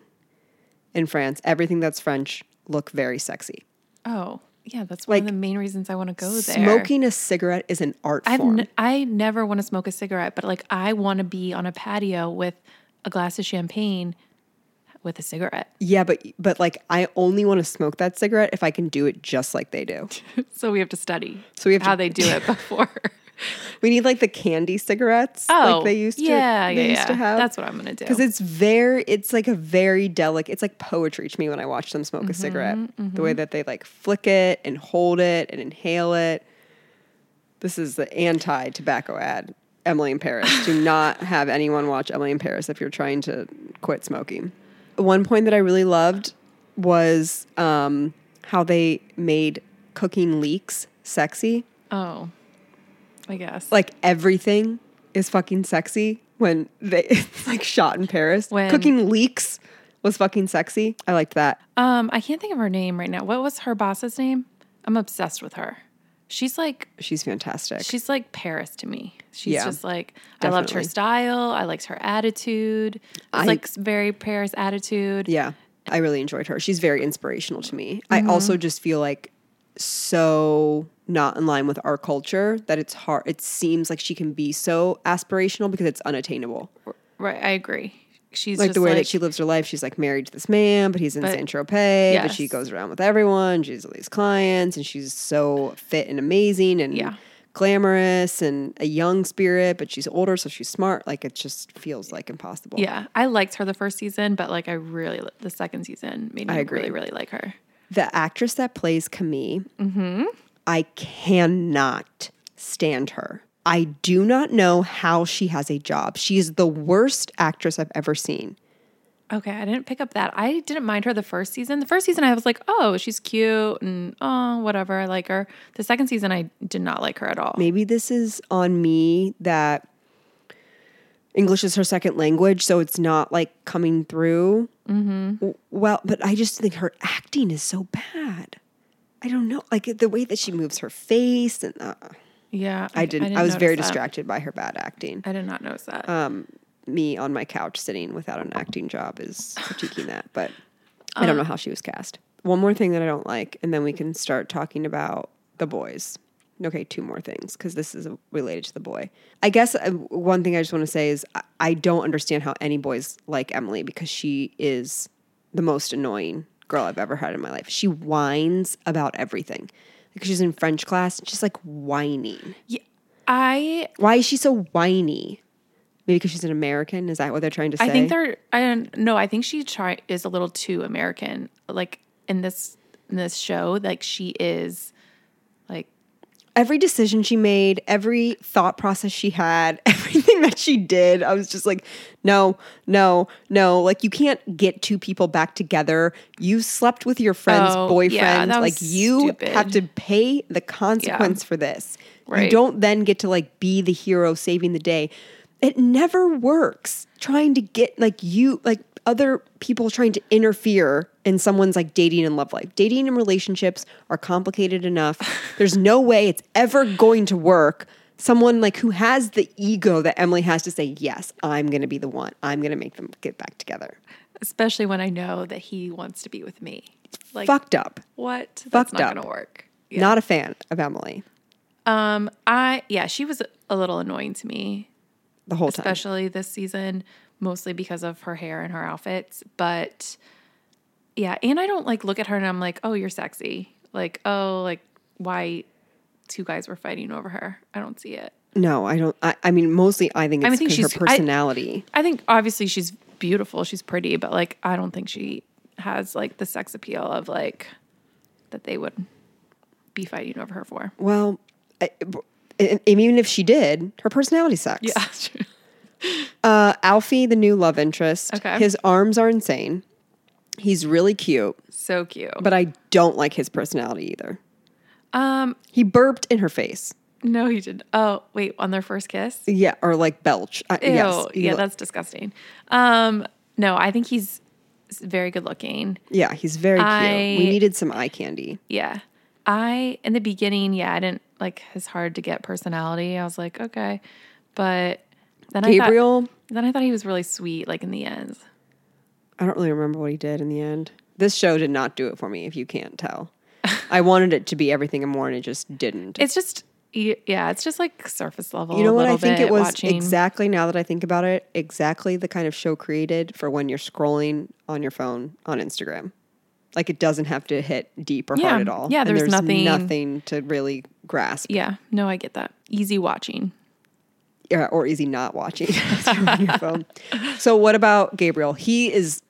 in France, everything that's French, look very sexy. Oh, yeah, that's one Like, of the main reasons I want to go there. Smoking a cigarette is an art I've form. n- I never want to smoke a cigarette, but like I want to be on a patio with a glass of champagne with a cigarette. yeah, but but like I only want to smoke that cigarette if I can do it just like they do. So we have to study. So we have how to- they do it before. We need like the candy cigarettes oh, like they used to Yeah, they yeah, used to yeah. have. That's what I'm gonna do. because it's very it's like a very delicate it's like poetry to me when i watch them Mm-hmm, smoke a cigarette the way that they like flick it and hold it and inhale it this is the anti-tobacco ad emily in paris do not have anyone watch emily in paris if you're trying to quit smoking one point that i really loved was um, how they made cooking leeks sexy oh, I guess. like everything is fucking sexy when they it's like shot in Paris. When- Cooking leeks was fucking sexy. I liked that. um, I can't think of her name right now. What was her boss's name? I'm obsessed with her. She's like She's fantastic. She's like Paris to me. She's Yeah, just like I loved her definitely. style. I liked her attitude. It's I- like s- very Paris attitude. yeah. I really enjoyed her. She's very inspirational to me. I also just feel like so not in line with our culture that it's hard it seems like she can be so aspirational because it's unattainable. Right. I agree. She's Like just the way like, that she lives her life, she's like married to this man, but he's in But- Saint Tropez, but she yes. goes around with everyone. She's all these clients, and she's so fit and amazing and Yeah. glamorous and a young spirit, but she's older, so she's smart. Like it just feels like impossible. Yeah, I liked her the first season, but like I really li- the second season made me really really like her. The actress that plays Camille, Mm-hmm. I cannot stand her. I do not know how she has a job. She is the worst actress I've ever seen. Okay, I didn't pick up that. I didn't mind her the first season. The first season I was like, "Oh, she's cute and oh, whatever, I like her." The second season I did not like her at all. maybe this is on me that English is her second language, so it's not like coming through w- well. But I just think her acting is so bad. I don't know, like the way that she moves her face, and uh, Yeah. I didn't. I, was very notice that. distracted Uh, by her bad acting. I did not notice that. me on my couch sitting without an acting job is critiquing that, but I don't know how she was cast. One more thing that I don't like, and then we can start talking about the boys. Okay, two more things because this is related to the boy. I guess uh, one thing I just want to say is I, I don't understand how any boys like Emily because she is the most annoying girl I've ever had in my life. She whines about everything. Like she's in French class, she's like whining. I Why is she so whiny? Maybe because she's an American. Is that what they're trying to say? I think they're. I don't know. I think she try is a little too American. Like in this in this show, like she is, like every decision she made, every thought process she had, everything that she did, I was just like, no, no, no. Like you can't get two people back together. You slept with your friend's Oh, yeah, boyfriend. that like was you stupid. have to pay the consequence for this. You Right. don't then get to like be the hero saving the day. It never works trying to get like you like other people trying to interfere in someone's like dating and love life. Dating and relationships are complicated enough. There's no way it's ever going to work. Someone like who has the ego that Emily has to say, "Yes, I'm going to be the one. I'm going to make them get back together." especially when I know that he wants to be with me. Like Fucked up. what? That's fucked not up. gonna work. Not a fan of Emily Um, I yeah, she was a little annoying to me, the whole time. especially this season, mostly because of her hair and her outfits. But yeah, and I don't like look at her and I'm like, oh, you're sexy. Like oh, like why two guys were fighting over her? I don't see it. No, I don't. I, I mean, mostly I think I it's mean, I think 'cause she's- her I- personality. I think obviously she's beautiful, she's pretty, but like I don't think she has like the sex appeal of like that they would be fighting over her for. well, I, and even if she did, her personality sucks. Yeah. Uh, Alfie, the new love interest, Okay. his arms are insane. He's really cute, so cute. but I don't like his personality either. Um He burped in her face. no, he didn't. Oh, wait, on their first kiss? Yeah, or like belch. Uh, Ew. yes. he yeah, lo- that's disgusting. Um no, I think he's s- very good looking. yeah, he's very I- cute. We needed some eye candy. Yeah. I in the beginning, yeah, I didn't like his hard to get personality. I was like, okay. But then I thought, Gabriel, then I thought he was really sweet like in the end. I don't really remember what he did in the end. This show did not do it for me, if you can't tell. I wanted it to be everything and more, and it just didn't. It's just y- yeah, it's just like surface level. You know a what I little think bit, it was watching. exactly now that I think about it, exactly the kind of show created for when you're scrolling on your phone on Instagram. Like it doesn't have to hit deep or Yeah. hard at all. Yeah, And there's nothing- nothing to really grasp Yeah, no, I get that. Easy watching. yeah. or easy not watching if you're on your phone. So what about Gabriel? He is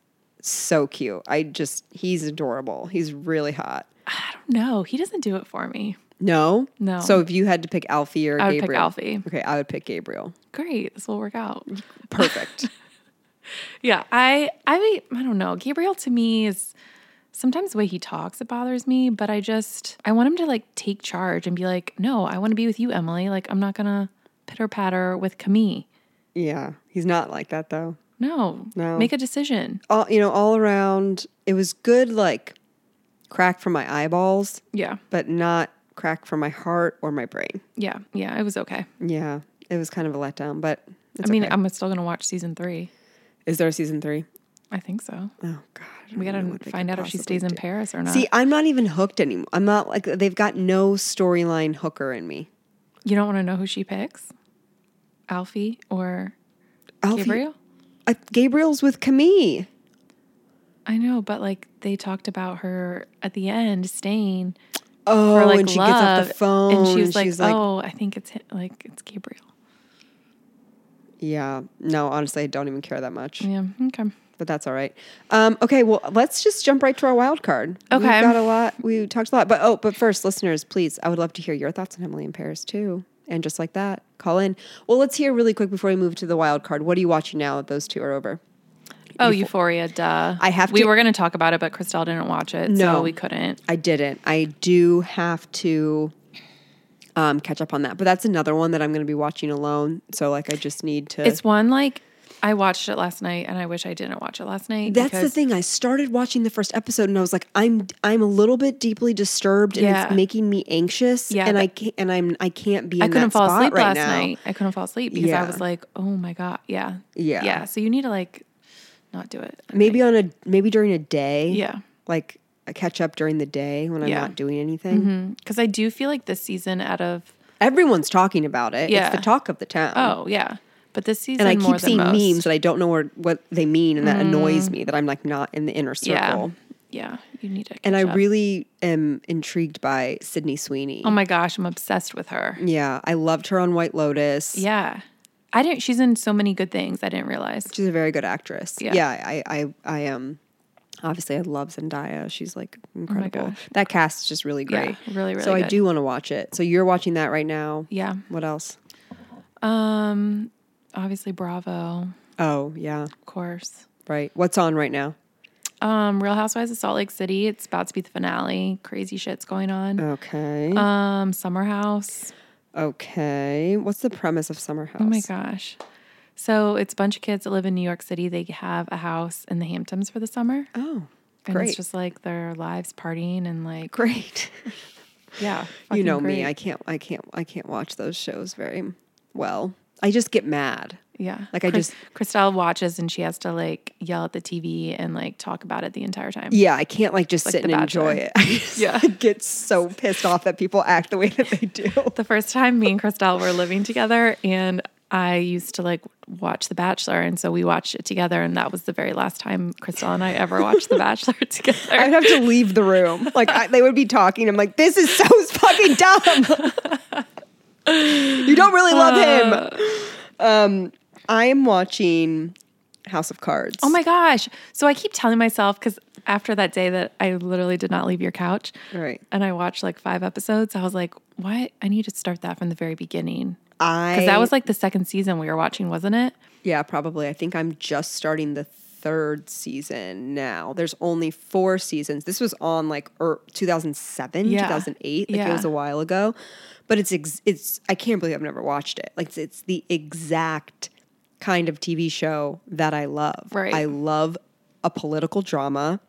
so cute. I just he's adorable. He's really hot. I don't know. He doesn't do it for me. No? No. So if you had to pick Alfie or I would pick Gabriel. Alfie. Okay, I would pick Gabriel. Great, this will work out. Perfect. Yeah, I, I, mean, I don't know. Gabriel to me is sometimes the way he talks it bothers me, but I just I want him to like take charge and be like, no, I want to be with you, Emily. Like I'm not gonna pitter patter with Camille. yeah. He's not like that though. No, No. make a decision. all you know all around it was good like crack for my eyeballs Yeah, but not crack for my heart or my brain yeah, yeah. It was okay. yeah it was kind of a letdown but it's I mean, okay. I'm still gonna watch season three. is there a season three? I think so. Oh god I We don't gotta know what they find could out if she possibly stays in do. Paris or not. see i'm not even hooked anymore i'm not like they've got no storyline hooker in me you don't want to know who she picks, Alfie or Alfie, Gabriel. I- gabriel's with camille I know, but like they talked about her at the end staying oh for like and she love, gets off the phone and she was like, she's "Oh, I think it's hi- like it's Gabriel." yeah no honestly i don't even care that much Yeah, okay. but that's all right. Um, okay, well, let's just jump right to our wild card. We've Okay. got a lot. We talked a lot, but oh, but first, listeners, please, I would love to hear your thoughts on Emily in Paris too. And just like that, call in. Well, let's hear really quick before we move to the wild card. What are you watching now that those two are over? Oh, Euphoria, duh. I have We to- were going to talk about it, but Christelle didn't watch it, No. so we couldn't. I didn't. I do have to um, catch up on that, but that's another one that I'm going to be watching alone. So, like, I just need to. It's one like I watched it last night, and I wish I didn't watch it last night. That's the because thing. I started watching the first episode and I was like, I'm I'm a little bit deeply disturbed and it's Yeah. making me anxious. Yeah, and that- I can't and I'm I can't be. In I couldn't that fall spot asleep right last now. night. I couldn't fall asleep because Yeah. I was like, "Oh my god, yeah, Yeah. yeah." So you need to like not do it. Maybe on a maybe during a day. Yeah. like I catch up during the day when I'm Yeah. Mm-hmm. not doing anything. Because Mm, I do feel like this season, out of Everyone's talking about it. Yeah. It's the talk of the town. oh yeah, but this season and I more keep than seeing most. Mm. memes that I don't know where, what they mean, and that annoys me that I'm like not in the inner circle. Yeah, yeah, you need to. And I catch up. really am intrigued by Sydney Sweeney. oh my gosh, I'm obsessed with her. yeah, I loved her on White Lotus. Yeah, I didn't. She's in so many good things. I didn't realize. She's a very good actress. Yeah. Yeah, I, I, I Um, obviously, I love Zendaya. She's like incredible. gosh. that cast is just really Yeah, great. really, really So I good. do want to watch it. So you're watching that right now. Yeah. What else? Um. Obviously, Bravo, Oh yeah, of course. right. What's on right now? Um, Real Housewives of Salt Lake City. It's about to be the finale. Crazy shit's going Uh-huh. on. Okay. Um, Summer House. okay. What's the premise of Summer House? Oh my gosh. So it's a bunch of kids that live in New York City. They have a house in the Hamptons for the summer. Oh, And great. it's just like their lives partying and like great. yeah. you fucking know me. great. I can't. I can't. I can't watch those shows very well. I just get mad. yeah. like, I Chris- just- Christelle watches and she has to like yell at the TV and like talk about it the entire time. Yeah, I can't like just Like sit The and enjoy Bachelor. it. I just, Yeah. like, get so pissed off that people act the way that they do. The first time me and Christelle were living together, and I used to like watch The Bachelor, and so we watched it together, and that was the very last time Christelle and I ever watched The Bachelor together. I'd have to leave the room. Like I, they would be talking. I'm like, this is so fucking dumb. you don't really love him. Uh. Um, I am watching House of Cards. Oh my gosh. So I keep telling myself because after that day that I literally did not leave your couch Right. and I watched like five episodes, I was like, what? I need to start that from the very beginning. I Because that was like the second season we were watching, wasn't it? yeah, probably. I think I'm just starting the third season now. There's only four seasons. This was on like er, 2007, Yeah. 2008. Like Yeah. it was a while ago. But it's ex- it's I can't believe I've never watched it. Like it's, it's the exact kind of TV show that I love. Right. I love a political drama.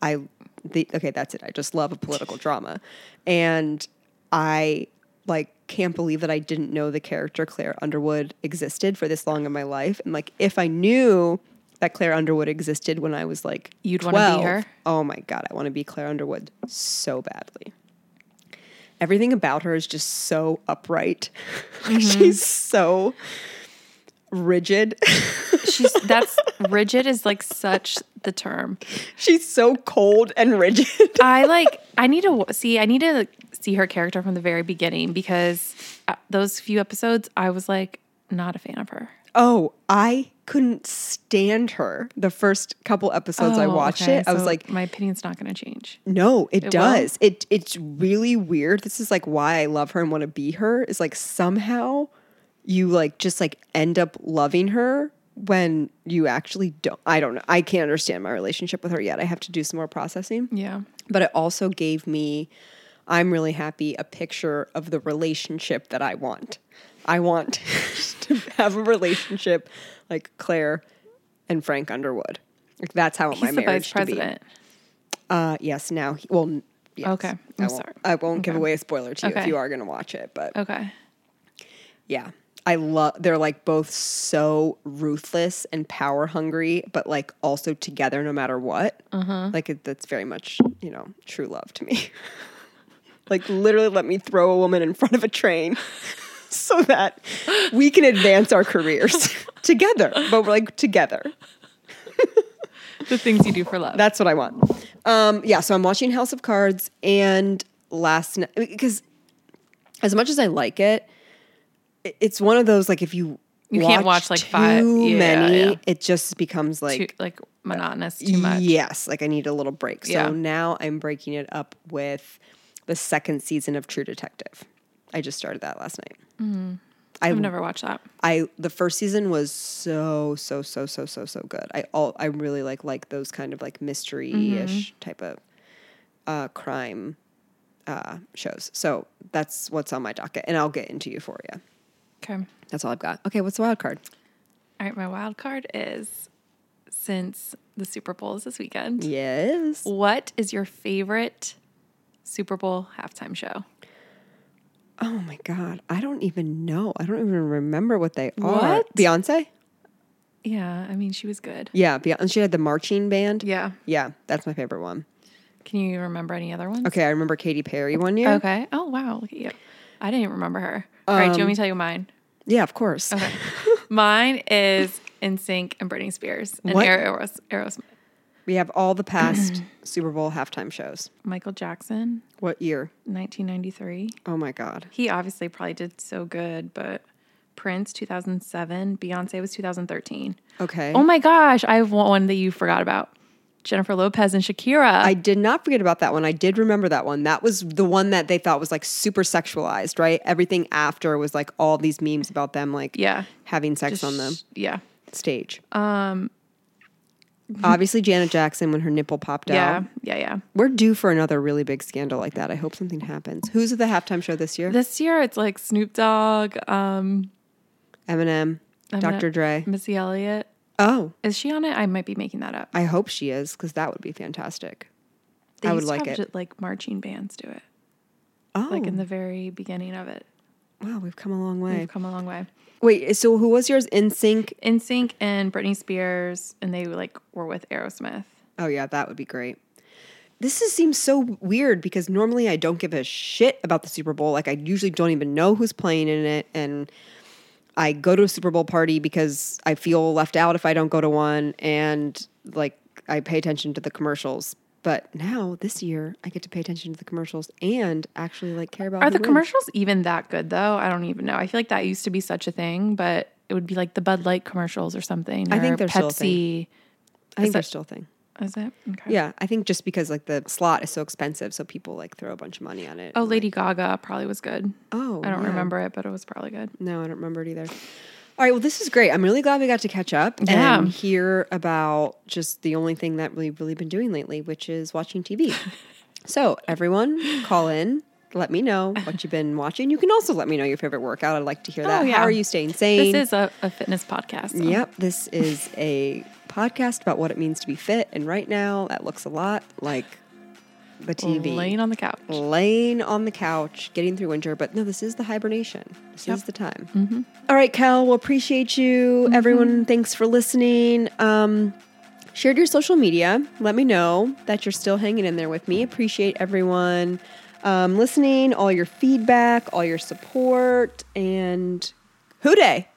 I the okay, that's it. I just love a political drama. And I like can't believe that I didn't know the character Claire Underwood existed for this long in my life. And like if I knew that Claire Underwood existed when I was like You'd wanna be 12, her? Oh my god, I want to be Claire Underwood so badly. Everything about her is just so upright. Mm-hmm. She's so rigid. She's that's rigid is like such the term. She's so cold and rigid. I like. I need to w- see. I need to see her character from the very beginning because uh, those few episodes, I was like not a fan of her. Oh, I couldn't stand her the first couple episodes I Oh, watched okay, it. I was so like, my opinion's not going to change. no, it, It does. It it's really weird. This is like why I love her and want to be her. Is like somehow you like just like end up loving her when you actually don't. I don't know. I can't understand my relationship with her yet. I have to do some more processing Yeah. but it also gave me i'm really happy a picture of the relationship that i want i want to have a relationship like claire and frank underwood like that's how I want He's my the marriage vice to be president. uh yes now he, well n- yes. Okay, I I'm won't- sorry. i won't give away a spoiler to you if Okay. Oh. you are going to watch it but Okay. yeah. I love they're like both so ruthless and power hungry, but like also together no matter what. Uh-huh. Like it, that's very much, you know, true love to me. like literally let me throw a woman in front of a train so that we can advance our careers together. But we're like together. The things you do for love. That's what I want. Um, yeah, so I'm watching House of Cards and last night because as much as I like it, i- it's one of those like if you You can't watch, like, five- too yeah, many, yeah. it just becomes like too, like monotonous. Too much. Yes, like I need a little break. So Yeah. now I'm breaking it up with the second season of True Detective. I just started that last night. I I've never watched that. I the first season was so so so so so so good. I all I really like like those kind of like mystery Mm-hmm. ish type of uh, crime uh, shows. So that's what's on my docket, and I'll get into Euphoria. Okay. All That's all I've got. Okay, what's the wild card? right. My wild card is since the Super Bowl is this weekend. Yes, What is your favorite Super Bowl halftime show? Oh my god, I don't even know. I don't even remember what they are. What? Beyonce? Yeah, I mean she was good. Yeah, Beyonce. She had the marching band. Yeah. yeah, that's my favorite one. Can you remember any other ones? Okay, I remember Katy Perry one year. Okay. Oh wow, look at you. I didn't even remember her. All right, do you want me to tell you mine? Yeah, of course. Okay. mine is NSYNC and Britney Spears and What? Aeros- Aerosmith. We have all the past Super Bowl halftime shows. Michael Jackson, What year? 1993. Oh my God. He obviously probably did so good, but Prince 2007, Beyonce was 2013. Okay. Oh my gosh, I have one that you forgot about. Jennifer Lopez and Shakira. I did not forget about that one. I did remember that one. That was the one that they thought was like super sexualized, right? Everything after was like all these memes about them like yeah. having sex on the Sh- Yeah. stage. Um obviously Janet Jackson when her nipple popped Yeah. out. Yeah. Yeah. We're due for another really big scandal like that. I hope something happens. Who's at the halftime show this year? This year it's like Snoop Dogg, um, Eminem, Eminem. Mm. Dr. Dre. Missy Elliott. Oh, Is she on it? I might be making that up. I hope she is cuz that would be fantastic. They I would used to like have it. ju- like marching bands do it, Oh, like in the very beginning of it. wow, we've come a long way. We've come a long way. Wait, so who was yours? In sync. NSYNC and Britney Spears, and they like were with Aerosmith. Oh yeah, that would be great. This is, seems so weird because normally I don't give a shit about the Super Bowl. Like I usually don't even know who's playing in it, and I go to a Super Bowl party because I feel left out if I don't go to one, and like I pay attention to the commercials. But now this year, I get to pay attention to the commercials and actually like care about. Are who the wins. commercials even that good though? I don't even know. I feel like that used to be such a thing, but it would be like the Bud Light commercials or something. I think or they're still a Pepsi. I think is they're that- still a thing. Is it? Okay. Yeah, I think just because like the slot is so expensive, so people like throw a bunch of money on it. Oh, and, Lady Gaga probably was good. Oh, I don't yeah. remember it, but it was probably good. No, I don't remember it either. All right, well, this is great. I'm really glad we got to catch up Yeah. and hear about just the only thing that we've really been doing lately, which is watching TV. so, everyone, call in. Let me know what you've been watching. You can also let me know your favorite workout. I'd like to hear that. Oh, yeah. How are you staying sane? This is a, a fitness podcast. so- Yep, this is a podcast about what it means to be fit. And right now, that looks a lot like the TV. Laying on the couch. laying on the couch, getting through winter. But no, this is the hibernation. This Yep. Mm-hmm. is the time. All right, Cal. Well, appreciate you, everyone. Thanks for listening. Um, share to your social media. Let me know that you're still hanging in there with me. Appreciate everyone um, listening, all your feedback, all your support, and hoo day.